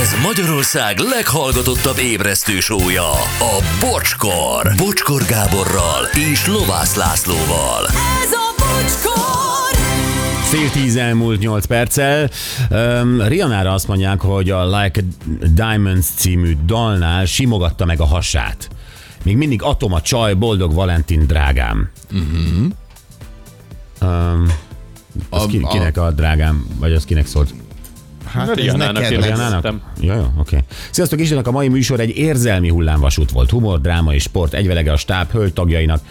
Ez Magyarország leghallgatottabb ébresztő sója, a Bocskor. Bocskor Gáborral és Lovász Lászlóval. Ez a bocskor! Fél tíz elmúlt nyolc perccel. Um, Rianára azt mondják, hogy a Like a Diamonds című dalnál simogatta meg a hasát. Még mindig atom a csaj, boldog Valentin drágám. Uh-huh. Um, az Mhm. A- ki, a- kinek a drágám, vagy az kinek szólt? Hát ez Rihannának neked érdekel. lesz. Rianának? Szerintem. Jó, jó, oké. Okay. Sziasztok, Istenek, a mai műsor egy érzelmi hullámvasút volt. Humor, dráma és sport egyvelege a stáb hölgy tagjainak.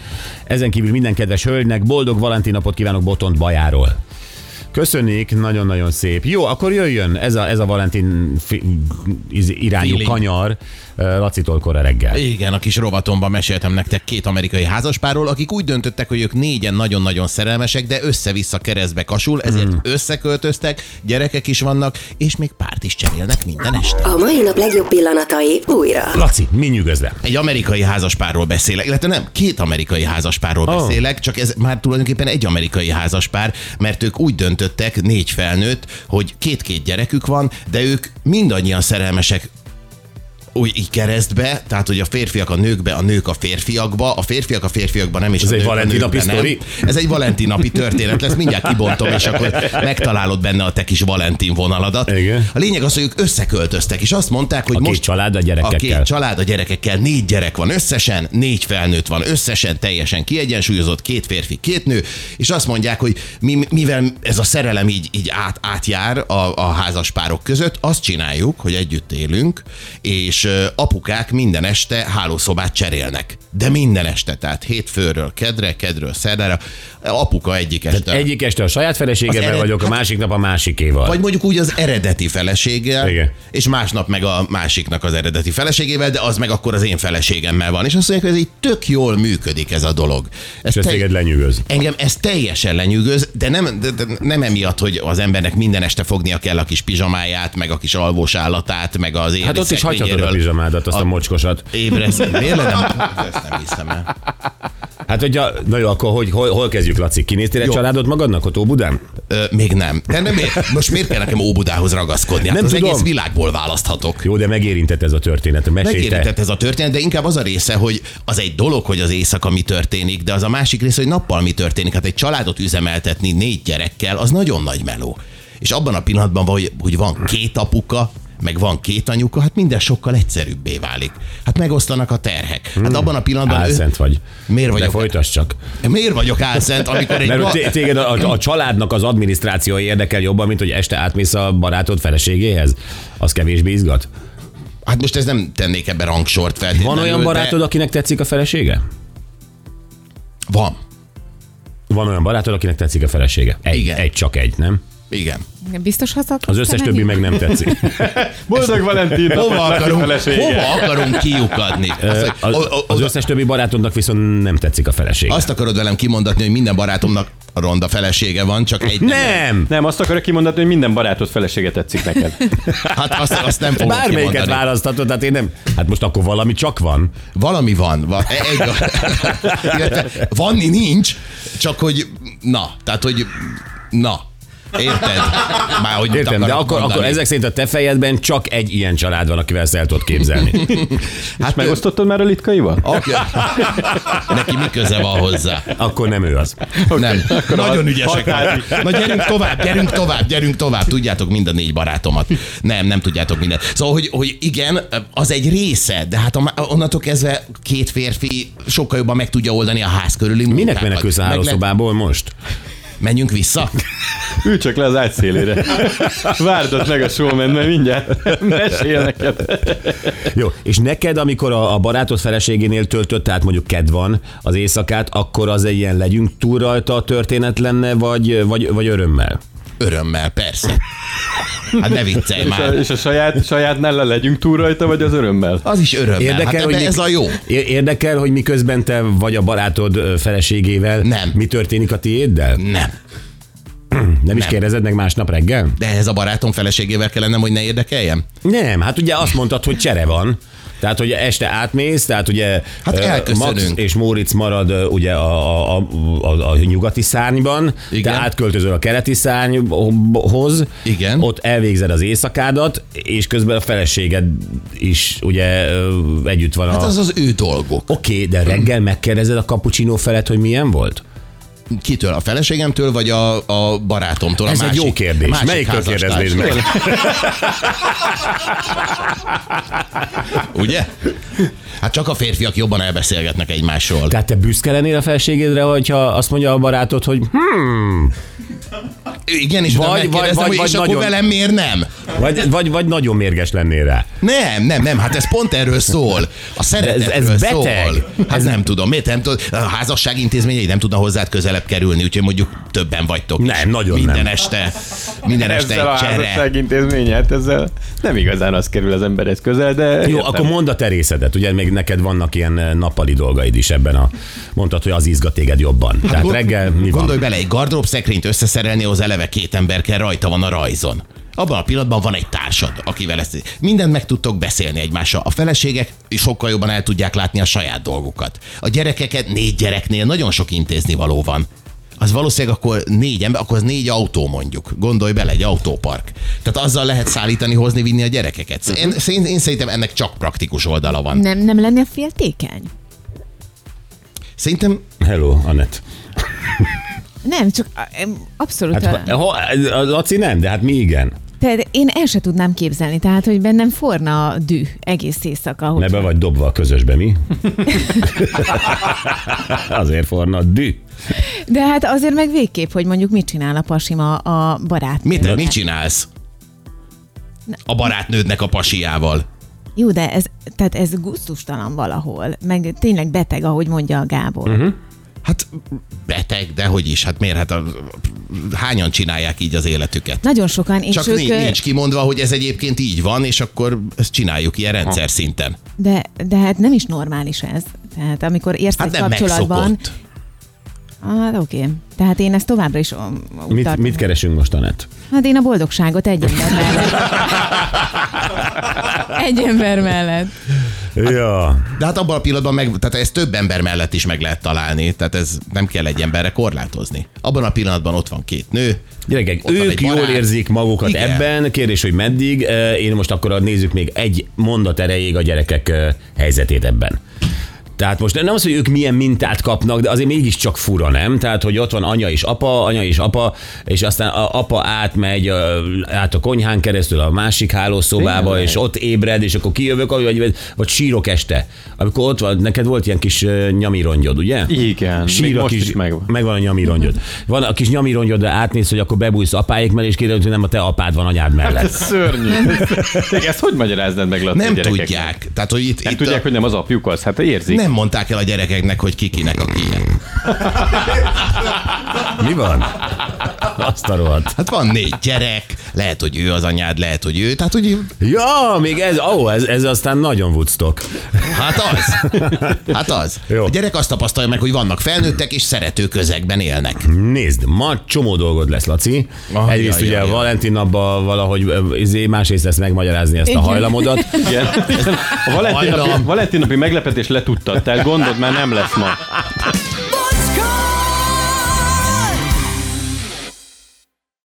Ezen kívül minden kedves hölgynek boldog Valentin napot kívánok Botont Bajáról. Köszönjük, nagyon-nagyon szép. Jó, akkor jöjjön ez a, ez a Valentin fi, iz- irányú Feeling. kanyar ö, Lacitól kora reggel. Igen, a kis rovatomban meséltem nektek két amerikai házaspárról, akik úgy döntöttek, hogy ők négyen nagyon-nagyon szerelmesek, de össze-vissza keresztbe kasul, ezért mm. összeköltöztek, gyerekek is vannak, és még párt is cserélnek minden este. A mai nap legjobb pillanatai újra. Laci, mi nyűgöz le? Egy amerikai házaspárról beszélek, illetve nem, két amerikai házaspárról Oh. oh. beszélek, csak ez már tulajdonképpen egy amerikai házaspár, mert ők úgy döntöttek, négy felnőtt, hogy két-két gyerekük van, de ők mindannyian szerelmesek úgy így keresztbe, tehát hogy a férfiak a nőkbe, a nők a férfiakba, a férfiak a férfiakba nem, és Ez a egy nők a Valentin nőkbe napi nem. sztori? Ez egy Valentin napi történet lesz, mindjárt kibontom, és akkor megtalálod benne a te kis Valentin vonaladat. Igen. A lényeg az, hogy ők összeköltöztek, és azt mondták, hogy A két most család a A gyerekekkel. két család a gyerekekkel, négy gyerek van összesen, négy felnőtt van összesen, teljesen kiegyensúlyozott, két férfi, két nő, és azt mondják, hogy mi, mivel ez a szerelem így, így át, átjár a, a házaspárok között, azt csináljuk, hogy együtt élünk, és ö, apukák minden este hálószobát cserélnek. De minden este, tehát hétfőről kedre, kedről szerdára, apuka egyik este. Egyik este a saját Az feleségemmel ered- vagyok, a hát- másik nap a másikéval. Vagy mondjuk úgy az eredeti feleséggel, Igen. és másnap meg a másiknak az eredeti feleségével, de az meg akkor az én feleségemmel van. És azt mondják, hogy ez így tök jól működik ez a dolog. Ez és ezt téged lenyűgöz. Engem ez teljesen lenyűgöz, de nem, de, de nem emiatt, hogy az embernek minden este fognia kell a kis pizsamáját, meg a kis alvós állatát, meg az éli Hát ott is hagyhatod a szekrényéről. pizsamádat, azt a, a mocskosat. Ébreszt, miért le nem? Ezt nem hiszem el. Hát, hogyha, na jó, akkor hogy, hol, hol kezdjük, Laci? Kinéztél egy Jó. családot magadnak ott Óbudán? Ö, még nem. De nem miért, most miért kell nekem Óbudához ragaszkodni? Hát Nem az tudom. egész világból választhatok. Jó, de megérintett ez a történet, mesélj te. Megérintett ez a történet, de inkább az a része, hogy az egy dolog, hogy az éjszaka mi történik, de az a másik része, hogy nappal mi történik. Hát egy családot üzemeltetni négy gyerekkel, az nagyon nagy meló. És abban a pillanatban, hogy, hogy van két apuka, meg van két anyuka, hát minden sokkal egyszerűbbé válik. Hát megosztanak a terhek. Hát abban a pillanatban... ő- Álszent vagy. Miért De vagyok? folytasd csak. Miért vagyok álszent, amikor egy... Mert ma- té- téged a, a, a családnak az adminisztrációja érdekel jobban, mint hogy este átmész a barátod feleségéhez. Az kevésbé izgat. Hát most ez nem tennék ebben rangsort feltétlenül. Van olyan de- barátod, akinek tetszik a felesége? Van. Van olyan barátod, akinek tetszik a felesége. Egy, Igen. egy csak egy, nem? Igen. Biztos haza Az összes többi meg nem tetszik. Boldog Valentin! Hova Laci akarunk, felesége. hova akarunk kiukadni? Az, Az, az összes többi barátodnak viszont nem tetszik a felesége. Azt akarod velem kimondatni, hogy minden barátomnak ronda felesége van, csak egy Nem! Nem, azt akarok kimondani, hogy minden barátod felesége tetszik neked. Hát azt, azt nem fogom Bármelyiket kimondani. Hát választhatod, hát én nem. Hát most akkor valami csak van. Valami van. Va- e- egy, illetve vanni nincs, csak hogy na, tehát hogy na. Érted? Már hogy mit Értem, de akarok akkor, akkor mondani. ezek szerint a te fejedben csak egy ilyen család van, akivel ezt el tudod képzelni. Hát megosztott. Megosztottad már a litkaival? Neki mi köze van hozzá? Akkor nem ő az. Nem. Nagyon a- ügyesek. határig. Na gyerünk tovább, gyerünk tovább, gyerünk tovább. Tudjátok mind a négy barátomat. Nem, nem tudjátok mindent. Szóval, hogy, hogy igen, az egy része, de hát a, onnantól kezdve két férfi sokkal jobban meg tudja oldani a ház körüli Minek munkákat. menekülsz a Meg lehet- hálószobából most? Menjünk vissza. Ülj csak le az ágy szélére. Várd ott meg a showman, mert mindjárt mesél neked. Jó, és neked, amikor a, a barátod feleségénél töltött, tehát mondjuk ked van az éjszakát, akkor az egy ilyen legyünk túl rajta a történet lenne, vagy, vagy, vagy örömmel? Örömmel, persze. Hát ne viccelj És a, már. és a saját, sajátnál le legyünk túl rajta, vagy az örömmel? Az is örömmel. Érdekel, hát hogy ebbe mik- ez a jó. É- Érdekel, hogy miközben te vagy a barátod ö, feleségével, Nem. mi történik a tiéddel? Nem. Nem is kérdezed meg másnap reggel? De ehhez a barátom feleségével kell lennem, hogy ne érdekeljem? Nem, hát ugye azt mondtad, hogy csere van. Tehát, hogy este átmész, tehát ugye Hát ö, elköszönünk. Max és Móricz marad ö, ugye a, a, a, a, a nyugati szárnyban, Igen. te átköltözöl a keleti szárnyhoz, Igen. ott elvégzed az éjszakádat, és közben a feleséged is ugye ö, együtt van Hát a... az az ő dolgok. Oké, okay, de reggel megkérdezed a kapucsinó felett, hogy milyen volt? Kitől? A feleségemtől, vagy a, a barátomtól? Ez a egy másik, jó kérdés. másik Melyiktől házastárs. kérdeznéd meg? Ugye? Hát csak a férfiak jobban elbeszélgetnek egymásról. Tehát te büszke lennél a feleségedre, hogyha azt mondja a barátod, hogy hm, Igen, és Vagy- vagy- vagy, vagy, vagy- hogy vagy és akkor nagyon- velem miért nem? vagy, vagy, vagy nagyon mérges lennél rá. Nem, nem, nem, hát ez pont erről szól. A Ez- szeretetről ez szól. beteg. Hát ez... nem tudom, miért nem tudom. A házasság intézményei nem tudna hozzád közelebb kerülni, úgyhogy mondjuk többen vagytok. Nem, nagyon minden nem. este, minden este Ezzel a egy csere. házasság intézményet, ezzel nem igazán az kerül az emberhez közel, de... Jó, értem. akkor mondd a terészedet. Ugye még neked vannak ilyen eh, nappali dolgaid is ebben a... Mondtad, hogy az izgat téged jobban. Hát Tehát Gond- reggel mi van? Gondolj bele, egy gardrób szekrényt összeszerelni, az eleve két ember kell, rajta van a rajzon. Abban a pillanatban van egy társad, akivel ezt mindent meg tudtok beszélni egymással. A feleségek sokkal jobban el tudják látni a saját dolgukat. A gyerekeket négy gyereknél nagyon sok intézni való van. Az valószínűleg akkor négy ember, akkor az négy autó mondjuk. Gondolj bele, egy autópark. Tehát azzal lehet szállítani, hozni, vinni a gyerekeket. Én, én, én szerintem ennek csak praktikus oldala van. Nem, nem lennél féltékeny? Szerintem Hello, Anett. Nem, csak a- em, abszolút. Hát, Hát, ha, ha, a Laci nem, de hát mi igen. tehát én el se tudnám képzelni, tehát, hogy bennem forna a dű egész éjszaka. Hogy... Ne be vagy dobva a közösbe, mi? Azért forna dű. De hát azért meg végképp, hogy mondjuk mit csinál a pasim a, a barát. Mit, mit csinálsz? A barátnődnek a pasiával. Jó, de ez, tehát ez gusztustalan valahol, meg tényleg beteg, ahogy mondja a Gábor. Mhm. Uh-huh. Hát beteg, de hogy is, hát miért? Hát a, hányan csinálják így az életüket? Nagyon sokan, és Csak ők, nincs, nincs kimondva, hogy ez egyébként így van, és akkor ezt csináljuk ilyen rendszer szinten. De, de hát nem is normális ez. Tehát amikor érsz Hát egy nem kapcsolatban... megszokott. Hát oké. Tehát én ezt továbbra is um, úgy Mit, tartom. mit keresünk most, Anett? Hát én a boldogságot egy ember mellett. egy ember mellett. Ja. De hát abban a pillanatban, meg, tehát ezt több ember mellett is meg lehet találni, tehát ez nem kell egy emberre korlátozni. Abban a pillanatban ott van két nő. Gyerekek, ott van ők egy jól barát. érzik magukat Igen. Igen. ebben, kérdés, hogy meddig. Eh, Én most akkor nézzük még egy mondat erejéig a gyerekek eh, helyzetét ebben. Tehát most nem az, hogy ők milyen mintát kapnak, de azért mégiscsak fura, nem? Tehát, hogy ott van anya és apa, anya és apa, és aztán a apa átmegy ö, át a konyhán keresztül a másik hálószobába, Tényleg? és ott ébred, és akkor kijövök, vagy, vagy, vagy sírok este. Amikor ott van, neked volt ilyen kis ö, nyamirongyod, ugye? Igen, még Sír a most kis, is megvan. megvan a nyamirongyod. Van a kis nyamirongyodra átnéz, hogy akkor bebújsz apáik mellé, és kiderül, hogy nem a te apád van anyád mellett. Ez szörnyű. Tényleg, ezt hogy magyaráznád meg Laci Nem gyerekeknek? tudják. Tehát, hogy itt, Nem itt tudják, a, hogy nem az apjuk az, hát érzik. nem mondták el a gyerekeknek, hogy kikinek a kije. Mi van? Azt a rohadt. Hát van négy gyerek, lehet, hogy ő az anyád, lehet, hogy ő, tehát hogy Ja, még ez, ó, oh, ez, ez aztán nagyon Woodstock. hát az. Hát az. Jó. A gyerek azt tapasztalja meg, hogy vannak felnőttek és szerető közegben élnek. Nézd, ma csomó dolgod lesz, Laci. Ah, Egyrészt jaj, ugye jaj, a jaj. Valentin napban valahogy ö, izé, másrészt lesz megmagyarázni ezt a Igen. hajlamodat. Igen. A Valentin napi, Hajlam. Valentin napi meglepetés letudtad, tehát gondod már nem lesz ma.